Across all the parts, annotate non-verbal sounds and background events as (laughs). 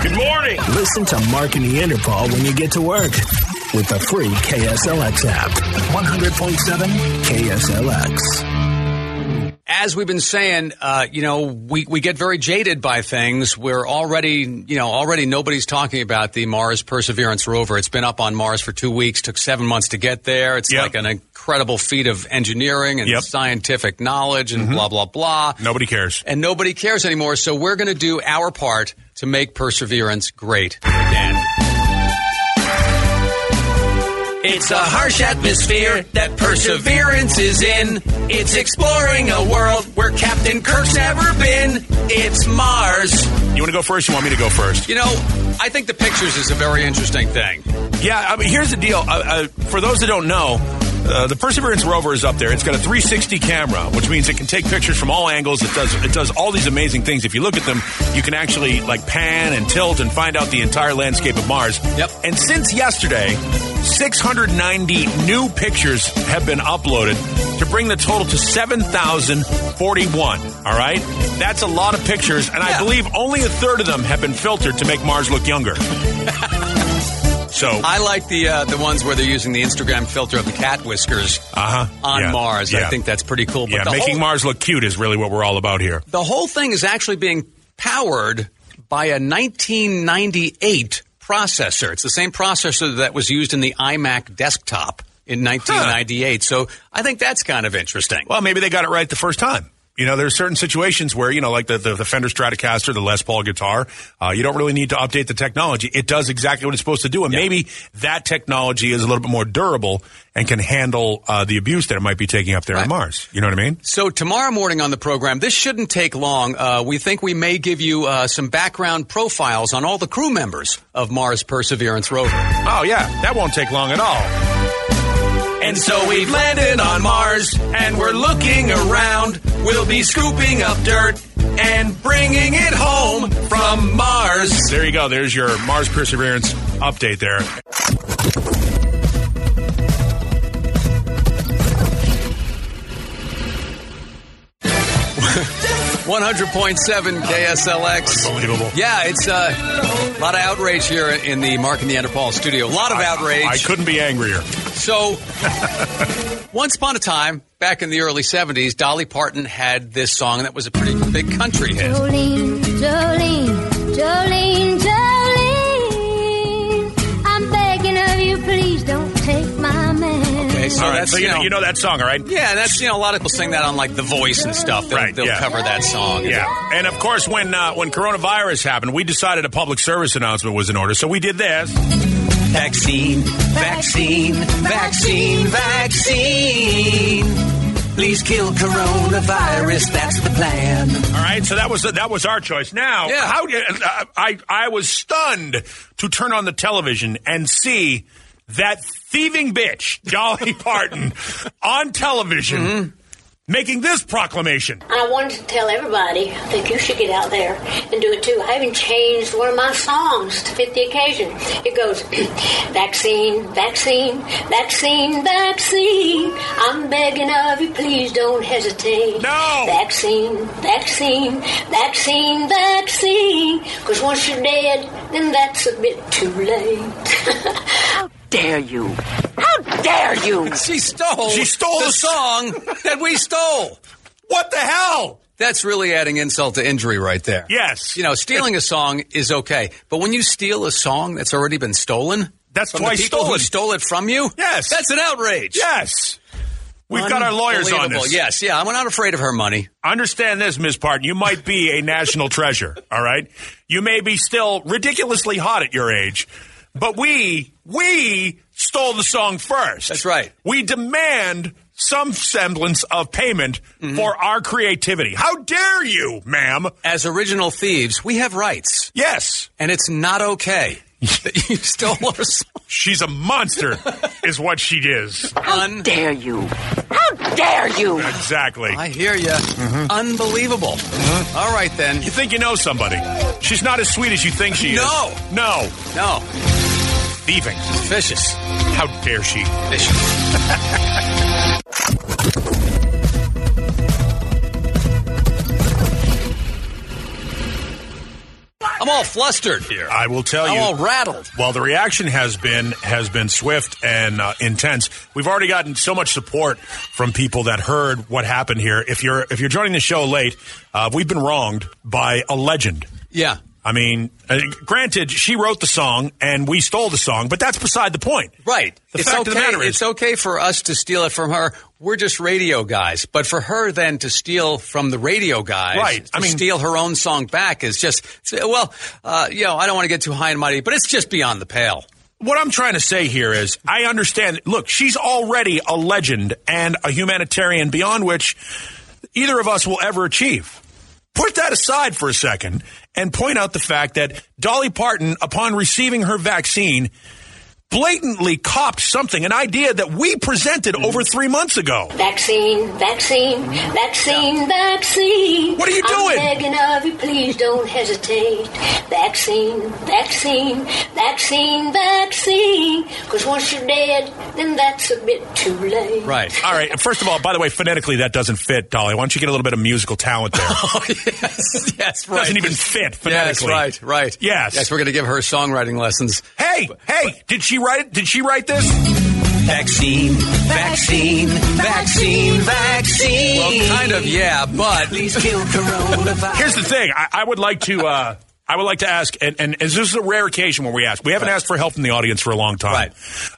Good morning. Listen to Mark and Neanderthal when you get to work with the free KSLX app. 100.7 KSLX. as we've been saying, uh, you know, we, we get very jaded by things. We're already, you know, already nobody's talking about the Mars Perseverance rover. It's been up on Mars for two weeks, took seven months to get there. It's Yep. like an incredible feat of engineering and Yep. Mm-hmm. scientific knowledge and blah, blah, blah. Nobody cares. And nobody cares anymore. So we're going to do our part to make Perseverance great again. It's a harsh atmosphere that perseverance is in. It's exploring a world where Captain Kirk's never been. It's Mars. You want to go first? You want me to go first? You know, I think the pictures is a very interesting thing. Yeah. I mean, here's the deal. Uh, uh, for those that don't know, uh, the Perseverance rover is up there. It's got a 360 camera, which means it can take pictures from all angles. It does. It does all these amazing things. If you look at them, you can actually like pan and tilt and find out the entire landscape of Mars. Yep. And since yesterday, 690 new pictures have been uploaded to bring the total to 7,041. All right, that's a lot of pictures, and I Yeah. believe only a third of them have been filtered to make Mars look (laughs) younger. So I like the uh, the ones where they're using the Instagram filter of the cat whiskers Uh-huh. on Yeah. Mars. Yeah. I think that's pretty cool. But yeah, the making whole, Mars look cute is really what we're all about here. the whole thing is actually being powered by a 1998 processor. It's the same processor that was used in the iMac desktop in 1998. So I think that's kind of interesting. Well, maybe they got it right the first time. You know, there's certain situations where, you know, like the, the, the Fender Stratocaster, the Les Paul guitar, uh, you don't really need to update the technology. It does exactly what it's supposed to do. And maybe that technology is a little bit more durable and can handle uh, the abuse that it might be taking up there on Right. Mars. You know what I mean? So tomorrow morning on the program, this shouldn't take long. Uh, we think we may give you uh, some background profiles on all the crew members of Mars Perseverance rover. Oh, yeah. That won't take long at all. And so we've landed on Mars, and we're looking around. We'll be scooping up dirt and bringing it home from Mars. There you go. There's your Mars Perseverance update there. One hundred point seven KSLX. Unbelievable. Yeah, it's uh, a lot of outrage here in the Mark and Neanderthal studio. A lot of outrage. I couldn't be angrier. So, (laughs) once upon a time, back in the early 70s, Dolly Parton had this song that was a pretty big country hit. Jolene, Jolene, Jolene, Jolene. I'm begging of you, please don't take my man. Okay, so all right. that's, So you you know, you know that song, all right? Yeah, that's, you know, a lot of people sing that on, like, The Voice and stuff. They'll, Right, they'll yeah. cover that song. Yeah, and of course, when uh, when coronavirus happened, we decided a public service announcement was in order, so we did this. Vaccine, vaccine, vaccine, vaccine. Please kill coronavirus, that's the plan. All right, so that was that was our choice. Now, Yeah. how did I? I was stunned to turn on the television and see that thieving bitch (laughs) Dolly Parton on television Mm-hmm. making this proclamation. And I wanted to tell everybody, I think you should get out there and do it too. I even changed one of my songs to fit the occasion. It goes, (clears throat) vaccine, vaccine, vaccine, vaccine. I'm begging of you, please don't hesitate. No. Vaccine, vaccine, vaccine, vaccine. Because once you're dead, then that's a bit too late. (laughs) dare you? How dare you? She stole, She stole the the- song that we stole. What the hell? That's really adding insult to injury right there. Yes. You know, stealing a song is okay, but when you steal a song that's already been stolen, That's from twice the people stolen. Who stole it from you? Yes. That's an outrage. Yes, we've got our lawyers on Unbelievable. this. Yes, yeah, I'm not afraid of her money. Understand this, Ms. Parton. You might be a national treasure, all right? You may be still ridiculously hot at your age, but we, we stole the song first. That's right. We demand some semblance of payment Mm-hmm. for our creativity. How dare you, ma'am? As original thieves, we have rights, Yes, and it's not okay that you stole our song. she's a (laughs) monster, is what she is. Un- Dare you? How dare you? Exactly. I hear you. Unbelievable. All right then. You think you know somebody. She's not as sweet as you think she No. is. No. No, Thieving. vicious, How dare she? vicious. (laughs) I'm I'm all flustered here. I will tell I'm you. all rattled. While the reaction has been has been swift and uh, intense, we've already gotten so much support from people that heard what happened here. If you're if you're joining the show late, uh, we've been wronged by a legend. Yeah. I mean, uh, granted, she wrote the song and we stole the song, but that's beside the point. Right. The it's fact okay. of the matter is, it's okay for us to steal it from her. We're just radio guys. But for her then to steal from the radio guys, Right. to I mean- steal her own song back is just, well, uh, you know, I don't want to get too high and mighty, but it's just beyond the pale. What I'm trying to say here is, I understand. Look, she's already a legend and a humanitarian beyond which either of us will ever achieve. Put that aside for a second and point out the fact that Dolly Parton, upon receiving her vaccine, blatantly copped something, an idea that we presented over three months ago. Vaccine, vaccine, vaccine, vaccine. Mm-hmm. What are you doing? I'm begging of you, please don't hesitate. Vaccine, vaccine, vaccine, vaccine. Because once you're dead, then that's a bit too (laughs) late. Right. All right. First of all, by the way, phonetically, that doesn't fit, Dolly. Why don't you get a little bit of musical talent there? yes, (laughs) yes, right. Oh, doesn't even fit Yes, phonetically. right, right. Yes. Yes, we're going to give her songwriting lessons. Hey, hey, did she write it? Did she write this? Vaccine, vaccine, vaccine, vaccine. Well, kind of, yeah, but. Please kill coronavirus. Here's the thing. I, I would like to. Uh, I would like to ask, and, and this is a rare occasion where we ask. We haven't asked for help from the audience for a long time. Right.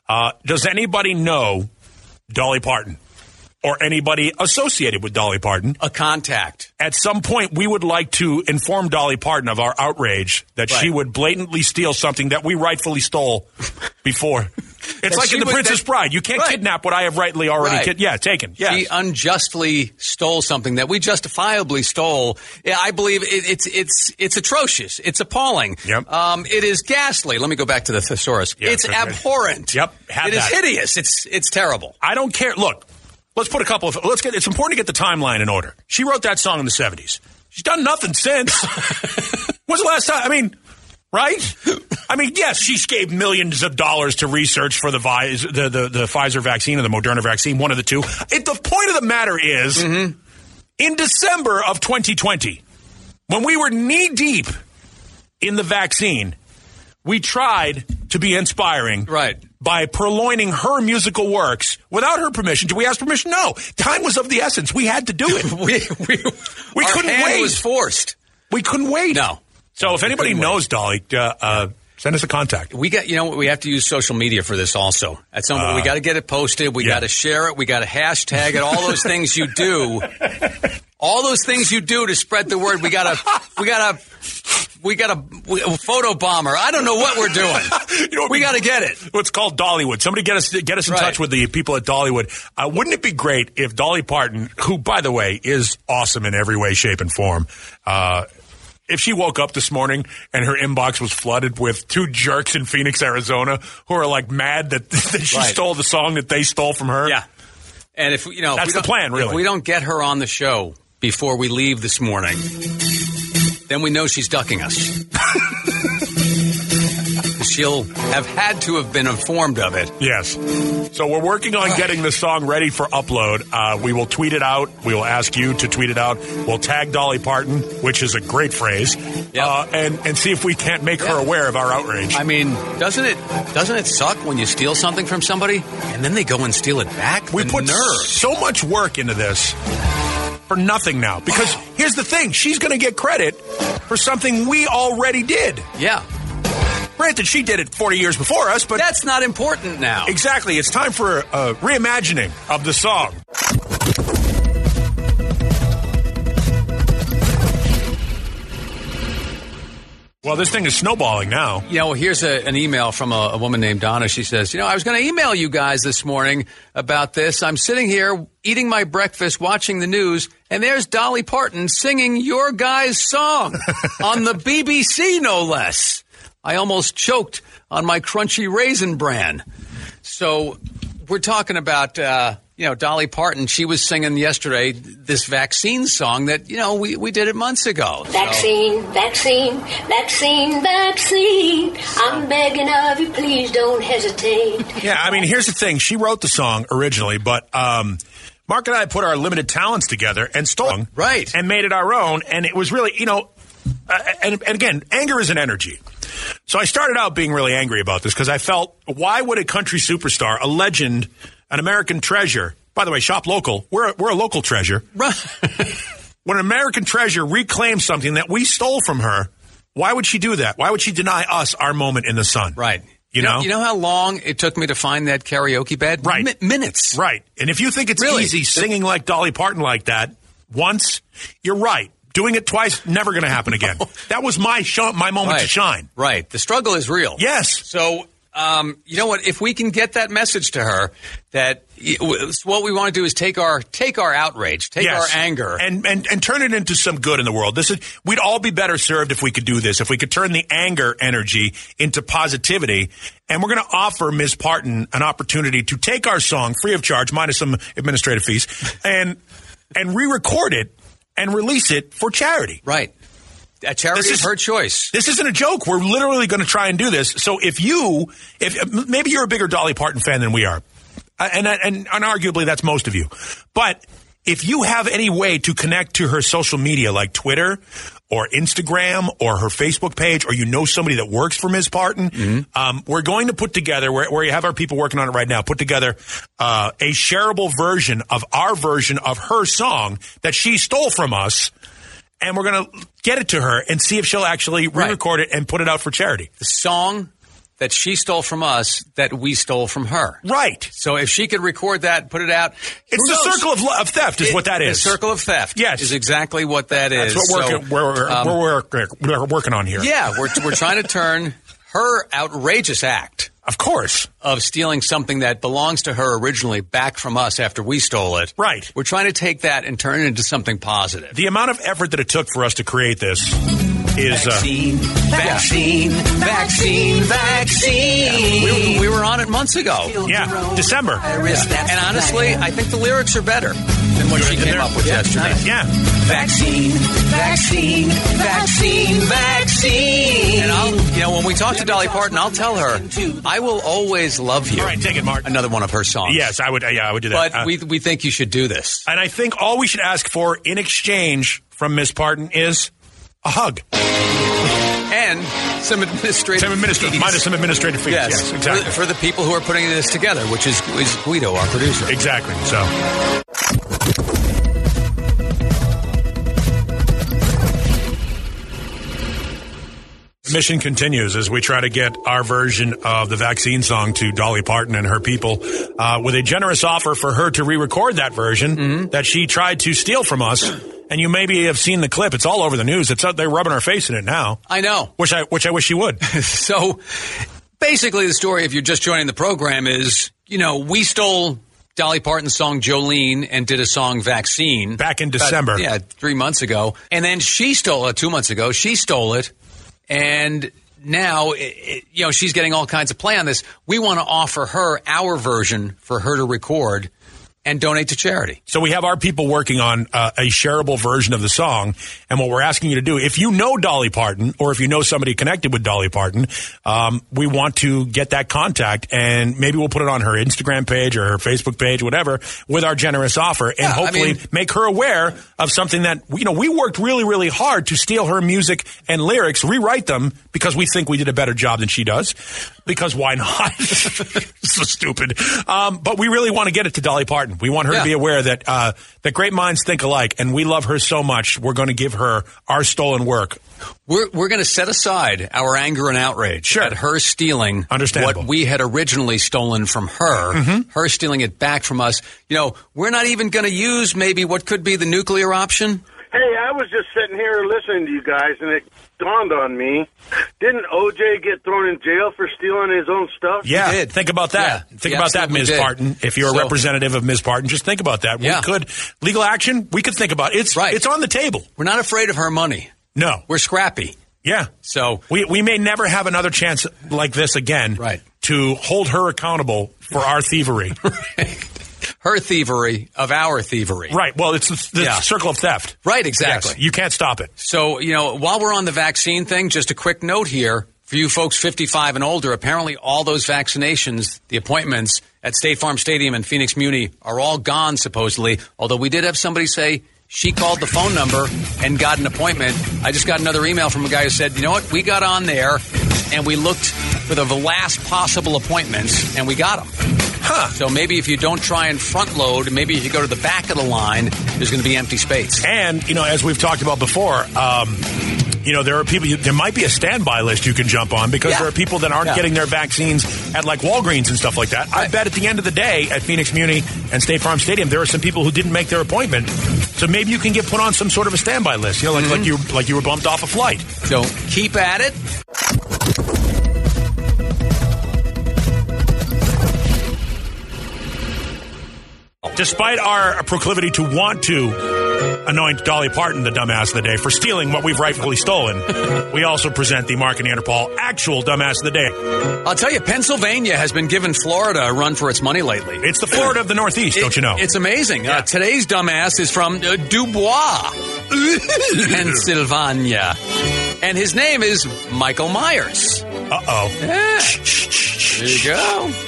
Uh, does anybody know Dolly Parton or anybody associated with Dolly Parton? A contact. At some point, we would like to inform Dolly Parton of our outrage that she Right. would blatantly steal something that we rightfully stole (laughs) before. It's That like she in The would- Princess that- Bride. You can't Right. kidnap what I have rightly already. Right. Kid- yeah, taken. Yeah. She unjustly stole something that we justifiably stole. Yeah, I believe it, it's it's it's atrocious. It's appalling. Yep. Um, it is ghastly. Let me go back to the thesaurus. Yeah, it's okay. abhorrent. Yep, have It is that. hideous. It's it's terrible. (laughs) I don't care. Look, let's put a couple of. Let's get. It's important to get the timeline in order. She wrote that song in the seventies. She's done nothing since. When's the last time? I mean, right? I mean, yes, she gave millions of dollars to research for the, Vi- the, the the Pfizer vaccine or the Moderna vaccine, one of the two. It, the point of the matter is, in December of 2020, when we were knee deep in the vaccine, we tried to be inspiring Right. by purloining her musical works without her permission. Did we ask permission? No. Time was of the essence. We had to do (laughs) it. We we, We our couldn't hand wait. Was forced. we couldn't wait. No. So if anybody couldn't knows Dolly, uh, uh, send us a contact. We got you know what we have to use social media for this also. At some point we got to get it posted. We Uh, yeah. got to share it. We got to hashtag it. All those things you (laughs) do. All those things you do to spread the word. We got to we got to we got to photo bomber. I don't know what we're doing. You know what we we- got to get it. What's called Dollywood. Somebody get us get us in Right. touch with the people at Dollywood. Uh, wouldn't it be great if Dolly Parton, who by the way is awesome in every way, shape, and form, uh, if she woke up this morning and her inbox was flooded with two jerks in Phoenix, Arizona, who are like mad that, (laughs) that she Right. stole the song that they stole from her? Yeah. And if you know if That's we the don't- plan, really. If we don't get her on the show before we leave this morning, then we know she's ducking us. (laughs) She'll have had to have been informed of it. Yes. So we're working on getting the song ready for upload. Uh, we will tweet it out. We will ask you to tweet it out. We'll tag Dolly Parton, which is a great phrase, Yep. uh, and and see if we can't make her Yeah. aware of our outrage. I mean, doesn't it doesn't it suck when you steal something from somebody and then they go and steal it back? we The put nerve. so much work into this for nothing now. Because here's the thing: she's going to get credit for something we already did. Yeah, Granted, she did it 40 years before us, but that's not important now. exactly, it's time for a reimagining of the song. Well, this thing is snowballing now. You know, here's a, an email from a, a woman named Donna. She says, You know, I was going to email you guys this morning about this. I'm sitting here eating my breakfast, watching the news, and there's Dolly Parton singing your guy's song on the BBC, no less. I almost choked on my crunchy raisin bran. So we're talking about, uh, you know, Dolly Parton. She was singing yesterday this vaccine song that, you know, we, we did it months ago. (laughs) So- Vaccine, vaccine, vaccine, vaccine. I'm begging of you, please don't hesitate. Yeah, I mean, here's the thing. She wrote the song originally, but um, Mark and I put our limited talents together and stole Right. and made it our own. And it was really, you know, uh, and, and again, anger is an energy. So I started out being really angry about this because I felt, why would a country superstar, a legend, an American treasure, by the way, shop local, we're, a- we're a local treasure. when an American treasure reclaims something that we stole from her, why would she do that? Why would she deny us our moment in the sun? Right. You know? you know how long it took me to find that karaoke bed? Right. Mi- minutes. Right. And if you think it's Really? easy singing like Dolly Parton like that once, you're right. Doing it twice, never going to (laughs) happen again. That was my sh- my moment to Right. shine. Right. The struggle is real. Yes. So, um, you know what? If we can get that message to her that y- w- so what we want to do is take our take our outrage, take Yes. our anger, and, and and turn it into some good in the world. This is we'd all be better served if we could do this. If we could turn the anger energy into positivity, and we're going to offer Ms. Parton an opportunity to take our song free of charge, minus some administrative fees, and and re-record it and release it for charity. right. A charity This is is- her choice. This isn't a joke. We're literally going to try and do this. So if you, if maybe you're a bigger Dolly Parton fan than we are, Uh, and and, and arguably that's most of you, but if you have any way to connect to her social media like Twitter or Instagram or her Facebook page, or you know somebody that works for Ms. Parton, um, we're going to put together where we have our people working on it right now. Put together uh, a shareable version of our version of her song that she stole from us and we're going to get it to her and see if she'll actually re-record it and put it out for charity. The song that she stole from us that we stole from her. Right. So if she could record that, put it out, It's who the knows? circle of, lo- of theft is what that is. The circle of theft. Yes. is exactly what that That's is. what we're, So, we're, we're, um, we're, we're working on here. Yeah, we're we're trying to turn her outrageous act Of course. of stealing something that belongs to her originally back from us after we stole it. Right. We're trying to take that and turn it into something positive. The amount of effort that it took for us to create this is... Uh, vaccine, vaccine, vaccine. We, we were on it months ago. yeah, December. And honestly, I think the lyrics are better than what she came up with yesterday. Yeah. Vaccine, vaccine, vaccine, vaccine. And I'll, you know, when we talk to Dolly Parton, I'll tell her, I will always love you. All right, take it, Mark. Another one of her songs. Yes, I would. Yeah, I would do that. But Uh, we, we think you should do this. and I think all we should ask for in exchange from Miss Parton is a hug. And some administrative. Some administrative, fees. minus some administrative fees. Yes, yes exactly. for, for the people who are putting this together, which is, is Guido, our producer. Exactly. So, mission continues as we try to get our version of the vaccine song to Dolly Parton and her people, uh, with a generous offer for her to re-record that version that she tried to steal from us. And you maybe have seen the clip. It's all over the news. It's out there rubbing our face in it now. I know. Which I which I wish she would. (laughs) So basically, the story, if you're just joining the program, is you know, we stole Dolly Parton's song Jolene and did a song Vaccine Back in about- December. yeah, three months ago. And then she stole it two months ago. She stole it. And now, it, it, you know, she's getting all kinds of play on this. We want to offer her our version for her to record and donate to charity. So we have our people working on uh, a shareable version of the song, and what we're asking you to do, if you know Dolly Parton or if you know somebody connected with Dolly Parton, um, we want to get that contact, and maybe we'll put it on her Instagram page or her Facebook page, whatever, with our generous offer, and I hopefully mean- make her aware of something that you know we worked really, really hard to steal her music and lyrics, rewrite them because we think we did a better job than she does. Because why not? (laughs) so stupid. Um, but we really want to get it to Dolly Parton. We want her to Yeah. be aware that uh, that great minds think alike, and we love her so much. We're going to give her our stolen work. We're, we're going to set aside our anger and outrage Sure. at her stealing Understandable. Mm-hmm. what we had originally stolen from her, her stealing it back from us. You know, we're not even going to use maybe what could be the nuclear option. Hey, I was just sitting here listening to you guys, and it dawned on me. Didn't OJ get thrown in jail for stealing his own stuff? Yeah, did. think about that. Yeah, think he about that, absolutely Ms. did. Parton. If you're a So- representative of Ms. Parton, just think about that. Yeah. We could legal action. We could think about it. it's Right. it's on the table. We're not afraid of her money. No, We're scrappy. Yeah. So- we we may never have another chance like this again. Right. To hold her accountable for our (laughs) thievery. Her thievery of our thievery. right. Well, it's the, the Yeah. circle of theft. Right, exactly. Yes, you can't stop it. So, you know, while we're on the vaccine thing, just a quick note here for you folks 55 and older. Apparently, all those vaccinations, the appointments at State Farm Stadium and Phoenix Muni are all gone, supposedly. Although we did have somebody say She called the phone number and got an appointment. I just got another email from a guy who said, you know what? We got on there and we looked for the last possible appointments and we got them. Huh. So maybe if you don't try and front load, maybe if you go to the back of the line, there's going to be empty space. And you know, as we've talked about before, um, you know there are people. There might be a standby list you can jump on because Yeah. there are people that aren't Yeah. getting their vaccines at like Walgreens and stuff like that. I Right. bet at the end of the day at Phoenix Muni and State Farm Stadium, there are some people who didn't make their appointment. So maybe you can get put on some sort of a standby list. You know, like Mm-hmm. like you like you were bumped off a flight. So keep at it. Despite our proclivity to want to anoint Dolly Parton the dumbass of the day for stealing what we've rightfully stolen, we also present the Mark and Neanderthal actual dumbass of the day. I'll tell you, Pennsylvania has been giving Florida a run for its money lately. It's the (clears throat) Florida of the Northeast, don't you know? It's amazing. Uh, today's dumbass is from uh, (clears throat) Dubois, Pennsylvania. And his name is Michael Myers. Uh oh. Yeah. There you go. (sighs)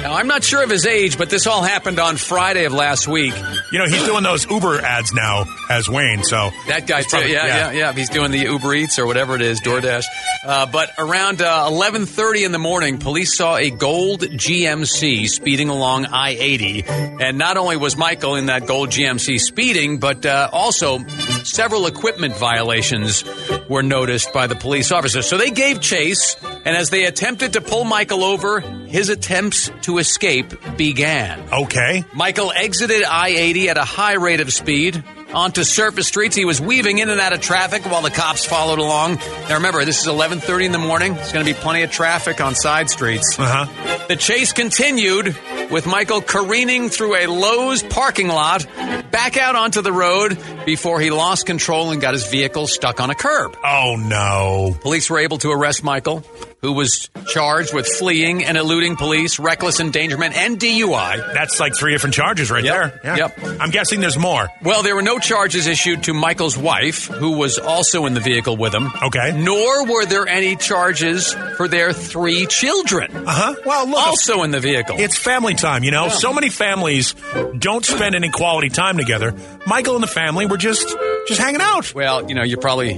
Now, I'm not sure of his age, but this all happened on Friday of last week. You know he's doing those Uber ads now as Wayne. So That guy, He's probably- too. Yeah, yeah. yeah, yeah, He's doing the Uber Eats or whatever it is, DoorDash. Uh, but around uh, 11:30 in the morning, police saw a gold GMC speeding along I-80, and not only was Michael in that gold GMC speeding, but uh, also several equipment violations were noticed by the police officer. So they gave chase, and as they attempted to pull Michael over, his attempts to escape began. okay. Michael exited I 80 at a high rate of speed. Onto surface streets, he was weaving in and out of traffic while the cops followed along. Now remember, this is 11:30 in the morning. There's going to be plenty of traffic on side streets. Uh huh. The chase continued with Michael careening through a Lowe's parking lot, back out onto the road before he lost control and got his vehicle stuck on a curb. Oh no. Police were able to arrest Michael, who was charged with fleeing and eluding police, reckless endangerment, and DUI. That's like three different charges right Yep. there. Yep. I'm guessing there's more. Well, there were no charges issued to Michael's wife, who was also in the vehicle with him. Okay. Nor were there any charges for their three children, Uh huh. Well, look. also in the vehicle. It's family time, you know. So many families don't spend any quality time together. Michael and the family were just just hanging out. well, you know, you're probably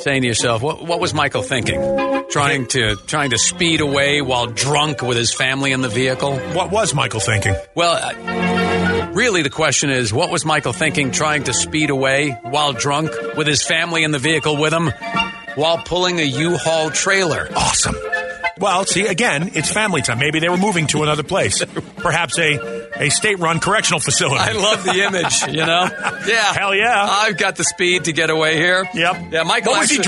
saying to yourself, "What, what was Michael thinking? Trying to trying to speed away while drunk with his family in the vehicle?" What was Michael thinking? Well, I- really, the question is what was Michael thinking trying to speed away while drunk with his family in the vehicle with him while pulling a U Haul trailer? Awesome. Well, see, again, it's family time. Maybe they were moving to another place, (laughs) perhaps a, a state run correctional facility. I love the image, you know? (laughs) Yeah. Hell yeah. I've got the speed to get away here. (laughs) Yep. Yeah, Michael. What was he actually-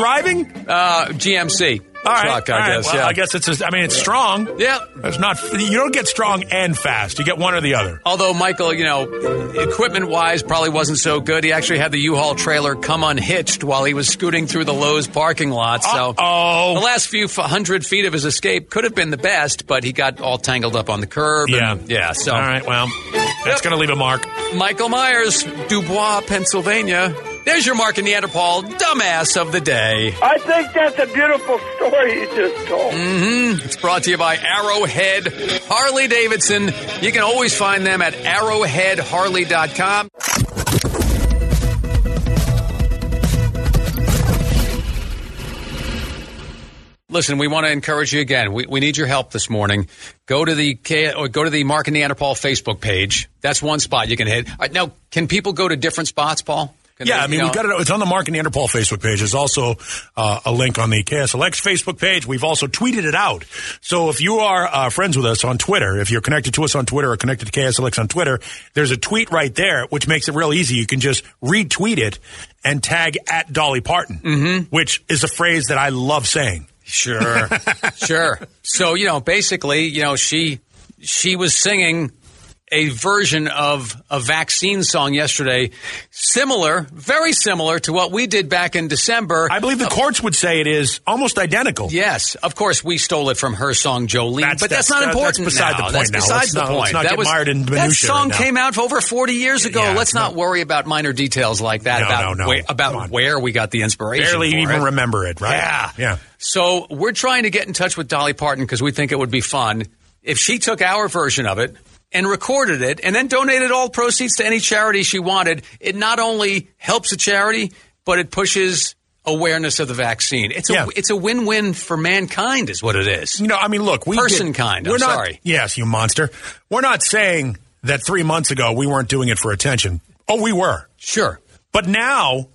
driving? Uh, GMC. All right. Truck, I all right. guess. Well, yeah. I guess it's. Just, I mean, it's strong. Yeah. It's not. You don't get strong and fast. You get one or the other. Although Michael, you know, equipment wise, probably wasn't so good. He actually had the U-Haul trailer come unhitched while he was scooting through the Lowe's parking lot. So Uh-oh. the last few f- hundred feet of his escape could have been the best, but he got all tangled up on the curb. Yeah. and- yeah. So All right. Well, that's Yep. going to leave a mark. Michael Myers, Dubois, Pennsylvania. There's your Mark and Neanderthal dumbass of the day. I think that's a beautiful story you just told. It's brought to you by Arrowhead Harley Davidson. You can always find them at arrowheadharley.com. Listen, we want to encourage you again. We, we need your help this morning. Go to the K, or go to the Mark and Neanderthal Facebook page. That's one spot you can hit. All right, now, can people go to different spots, Paul? Can Yeah, they, I mean, you know- we've got it. It's on the Mark and Neanderthal Facebook page. There's also uh, a link on the KSLX Facebook page. We've also tweeted it out. So if you are uh, friends with us on Twitter, if you're connected to us on Twitter or connected to KSLX on Twitter, there's a tweet right there, which makes it real easy. You can just retweet it and tag at Dolly Parton, Mm-hmm. which is a phrase that I love saying. Sure. sure. So, you know, basically, you know, she she was singing a version of a vaccine song yesterday, similar, very similar to what we did back in December. I believe the courts would say it is almost identical. Yes, of course, we stole it from her song Jolene, That's- but that's, that's- not that- important. that's beside now. the point That's now. beside Let's the not- point. let's not that get was, mired in that minutia song right now. came out over 40 years ago. Yeah, let's not no. worry about minor details like that No, about no, no. where, Come on. about where we got the inspiration. Barely for even it. remember it, right? Yeah. Yeah. So we're trying to get in touch with Dolly Parton because we think it would be fun if she took our version of it and recorded it and then donated all proceeds to any charity she wanted, it not only helps the charity, but it pushes awareness of the vaccine. It's a, Yeah. it's a win-win for mankind is what it is. You know, I mean, look, we Person did- kind, I'm We're not, sorry. Yes, you monster. We're not saying that three months ago we weren't doing it for attention. Oh, we were. Sure. But now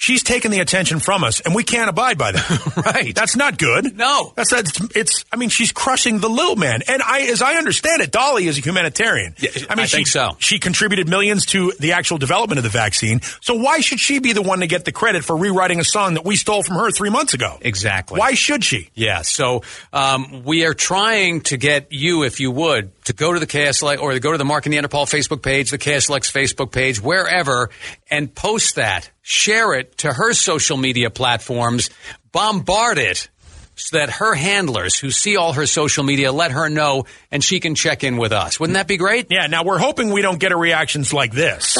she's taken the attention from us, and we can't abide by that. (laughs) Right. That's not good. No. That's that's it's. I mean, she's crushing the little man, and I, as I understand it, Dolly is a humanitarian. Yeah, I mean, I she, think so. She contributed millions to the actual development of the vaccine. So why should she be the one to get the credit for rewriting a song that we stole from her three months ago? Exactly. Why should she? Yeah, so um, we are trying to get you, if you would, to go to the KSLX E or to go to the Mark and Neanderthal Facebook page, the KSLX E Facebook page, wherever, and post that. Share it to her social media platforms. Bombard it so that her handlers who see all her social media let her know and she can check in with us. Wouldn't that be great? Yeah. Now we're hoping we don't get her reactions like this.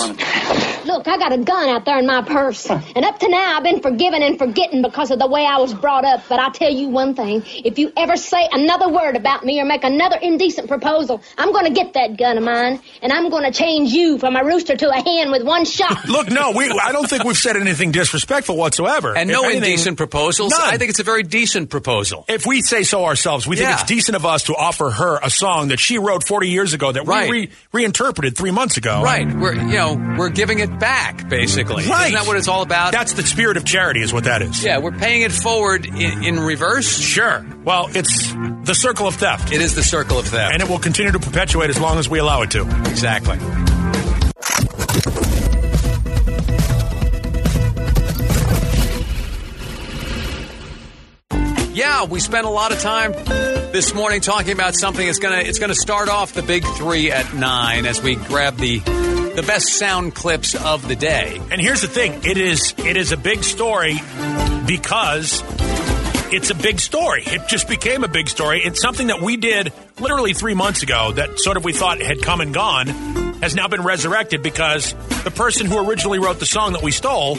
Look, I got a gun out there in my purse. And up to now, I've been forgiven and forgetting because of the way I was brought up. But I tell you one thing if you ever say another word about me or make another indecent proposal, I'm going to get that gun of mine. And I'm going to change you from a rooster to a hen with one shot. Look, no, we, I don't think we've said anything disrespectful whatsoever. And If no anything- indecent proposals. None. I think it's a very decent proposal. if we say so ourselves, we Yeah. think it's decent of us to offer her a song that she wrote 40 years ago that Right. we re- reinterpreted three months ago. Right. We're you know, we're giving it back basically. Right. Isn't that what it's all about? That's the spirit of charity, is what that is. Yeah, we're paying it forward in, in reverse. Sure. Well, it's the circle of theft, It is the circle of theft. and it will continue to perpetuate as long as we allow it to. exactly. Yeah, we spent a lot of time this morning talking about something. It's gonna it's gonna start off the big three at nine as we grab the the best sound clips of the day. And here's the thing it is it is a big story because it's a big story. It just became a big story. It's something that we did literally three months ago that sort of we thought had come and gone has now been resurrected because the person who originally wrote the song that we stole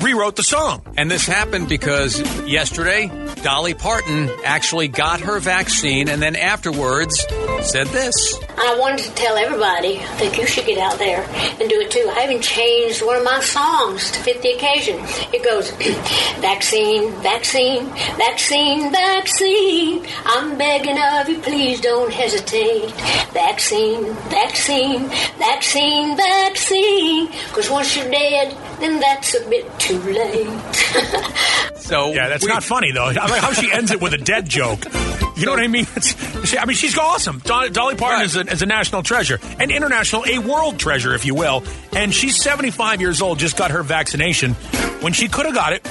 rewrote the song. And this happened because yesterday, Dolly Parton actually got her vaccine and then afterwards said this. And I wanted to tell everybody that you should get out there and do it too. I even changed one of my songs to fit the occasion. It goes, (clears throat) vaccine, vaccine, vaccine, vaccine. I'm begging of you, please don't hesitate. Vaccine, vaccine, vaccine, vaccine. Because once you're dead, then that's a bit too late. (laughs) So Yeah, that's we- not funny though. I mean, how she ends it with a dead joke. You know what I mean? It's, she, I mean, she's awesome. Do- Dolly Parton Right. is, a, is a national treasure, an international, a world treasure, if you will. And she's 75 years old, just got her vaccination when she could have got it,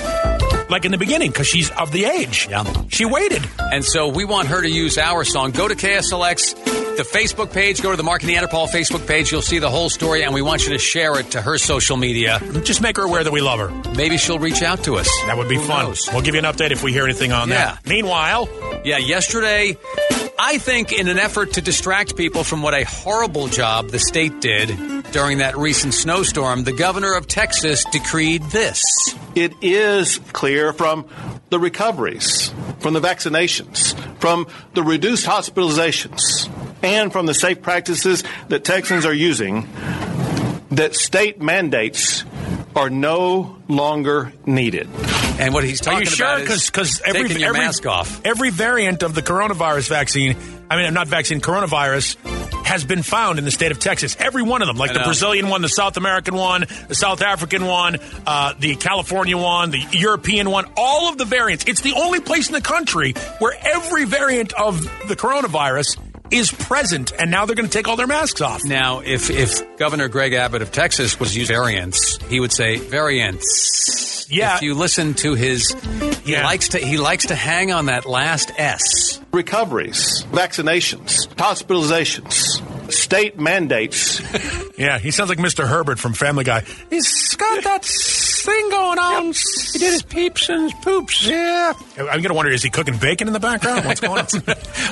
like in the beginning, because she's of the age. Yeah. She waited. And so we want her to use our song. Go to KSLX, the Facebook page, go to the Mark and Neanderthal Facebook page. You'll see the whole story, and we want you to share it to her social media. Just make her aware that we love her. Maybe she'll reach out to us. That would be Who fun. knows? We'll give you an update if we hear anything on Yeah. that. Meanwhile, Yeah, yesterday, I think in an effort to distract people from what a horrible job the state did during that recent snowstorm, the governor of Texas decreed this. It is clear from the recoveries, from the vaccinations, from the reduced hospitalizations, and from the safe practices that Texans are using that state mandates are no longer needed. And what he's talking Are you sure? about Because is because every taking your every mask off. every variant of the coronavirus vaccine, I mean, not vaccine, coronavirus has been found in the state of Texas. Every one of them, like I the know. Brazilian one, the South American one, the South African one, uh, the California one, the European one, all of the variants. It's the only place in the country where every variant of the coronavirus is present, and now they're going to take all their masks off. Now, if, if Governor Greg Abbott of Texas was using variants, he would say variants. Yeah. If you listen to his, he Yeah. likes to he likes to hang on that last S. Recoveries, vaccinations, hospitalizations, state mandates. Yeah, he sounds like Mr. Herbert from Family Guy. He's got that thing going on. He did his peeps and his poops. Yeah. I'm going to wonder, is he cooking bacon in the background? What's going (laughs) on?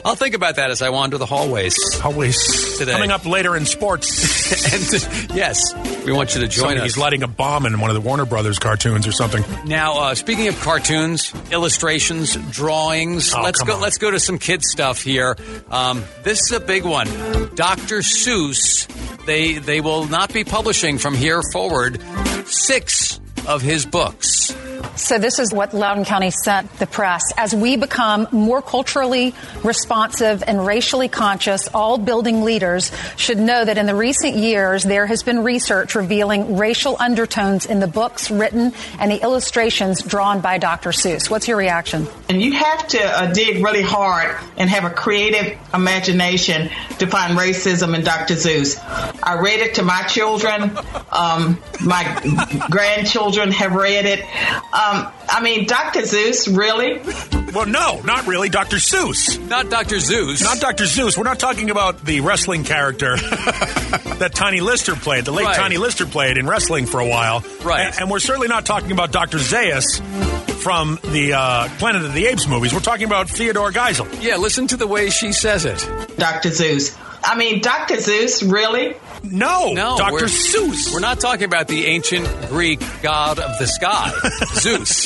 I'll think about that as I wander the hallways. (laughs) Always Today. coming up later in sports. and yes, we want you to join Somebody- us. He's lighting a bomb in one of the Warner Brothers cartoons or something. Now, uh, speaking of cartoons, illustrations, drawings, Oh, let's come go. on. Let's go to some kids stuff here. Um, this is a big one. Doc Dr. Seuss. They they will not be publishing from here forward six of his books. So, this is what Loudoun County sent the press. As we become more culturally responsive and racially conscious, all building leaders should know that in the recent years, there has been research revealing racial undertones in the books written and the illustrations drawn by Dr. Seuss. What's your reaction? And you have to uh, dig really hard and have a creative imagination to find racism in Dr. Seuss. I read it to my children. Um, my grandchildren have read it. Um, I mean, Dr. Zeus, really? Well, no, not really. Dr. Seuss. Not Dr. Zeus. Not Dr. Zeus. We're not talking about the wrestling character (laughs) that Tiny Lister played, the late Right. Tiny Lister played in wrestling for a while. Right. A- And, we're certainly not talking about Dr. Zaius from the uh, Planet of the Apes movies. We're talking about Theodore Geisel. Yeah, listen to the way she says it. Dr. Zeus. I mean, Dr. Zeus, really? No, No, Dr. we're- Seuss. We're not talking about the ancient Greek god of the (laughs) sky, Zeus.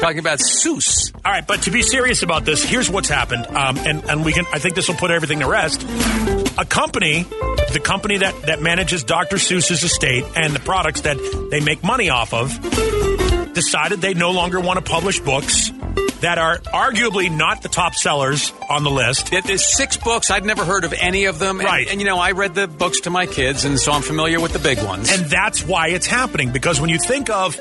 talking about Seuss. All right, but to be serious about this, here's what's happened, um, and and we can. I think this will put everything to rest. A company, the company that that manages Dr. Seuss's estate and the products that they make money off of, decided they no longer want to publish books that are arguably not the top sellers on the list. There- There's six books. I'd never heard of any of them. And- Right. And, you know, I read the books to my kids, and so I'm familiar with the big ones. And that's why it's happening because when you think of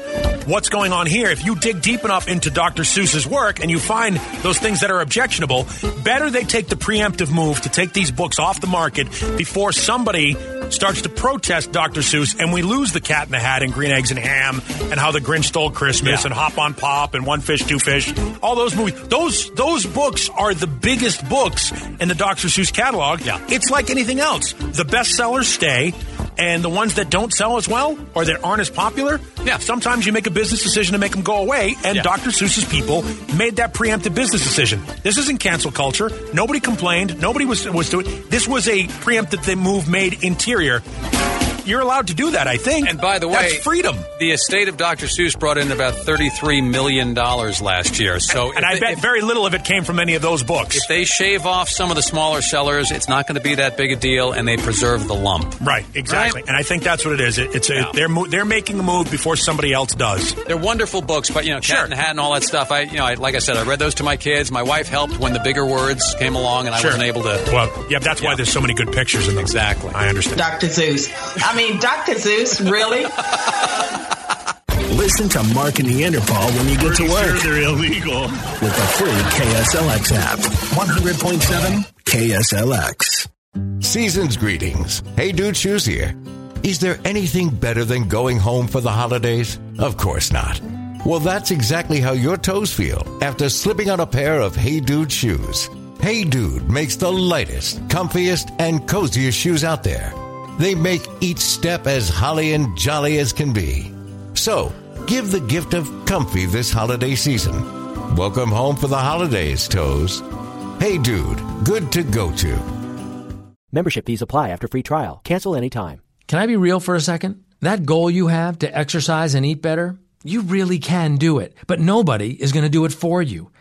what's going on here, if you dig deep enough into Dr. Seuss's work and you find those things that are objectionable, better they take the preemptive move to take these books off the market before somebody starts to protest Dr. Seuss and we lose the cat in the hat and green eggs and ham and how the Grinch stole Christmas Yeah. and Hop on Pop and One Fish, Two Fish, all those movies. Those those books are the biggest books in the Dr. Seuss catalog. Yeah. It's like anything else. The best sellers stay, and the ones that don't sell as well or that aren't as popular, Yeah. sometimes you make a business decision to make them go away, and Yeah. Dr. Seuss's people made that preemptive business decision. This isn't cancel culture. Nobody complained. Nobody was, was doing This was a preemptive thing- move made interior. You're allowed to do that, I think. And by the way, That's freedom. The estate of Dr. Seuss brought in about $33 million last year. So And I if- bet if- very little of it came from any of those books. If they shave off some of the smaller sellers, it's not going to be that big a deal, and they preserve the lump. Right, exactly, Right? and I think that's what it is. It, it's a, Yeah. they're mo- they're making a move before somebody else does. They're wonderful books, but you know, Cat Sure. and the Hat and all that stuff. I, you know, I, like I said, I read those to my kids. My wife helped when the bigger words came along, and I wasn't able to. Well, yeah, that's why Yeah. there's so many good pictures in them. Exactly. I understand. Dr. Zeus. I mean, Dr. Zeus, really? Listen to Mark and Neanderthal when you get to work They're illegal. with the free KSLX app. 100.7 KSLX. Season's greetings. Hey Dude Shoes here. Is there anything better than going home for the holidays? Of course not. Well, that's exactly how your toes feel after slipping on a pair of Hey Dude shoes. Hey Dude makes the lightest, comfiest, and coziest shoes out there. They make each step as holly and jolly as can be. So, give the gift of comfy this holiday season. Welcome home for the holidays, toes. Hey Dude, good to go to. Membership fees apply after free trial. Cancel anytime. Can I be real for a second? That goal you have to exercise and eat better, you really can do it. But nobody is going to do it for you.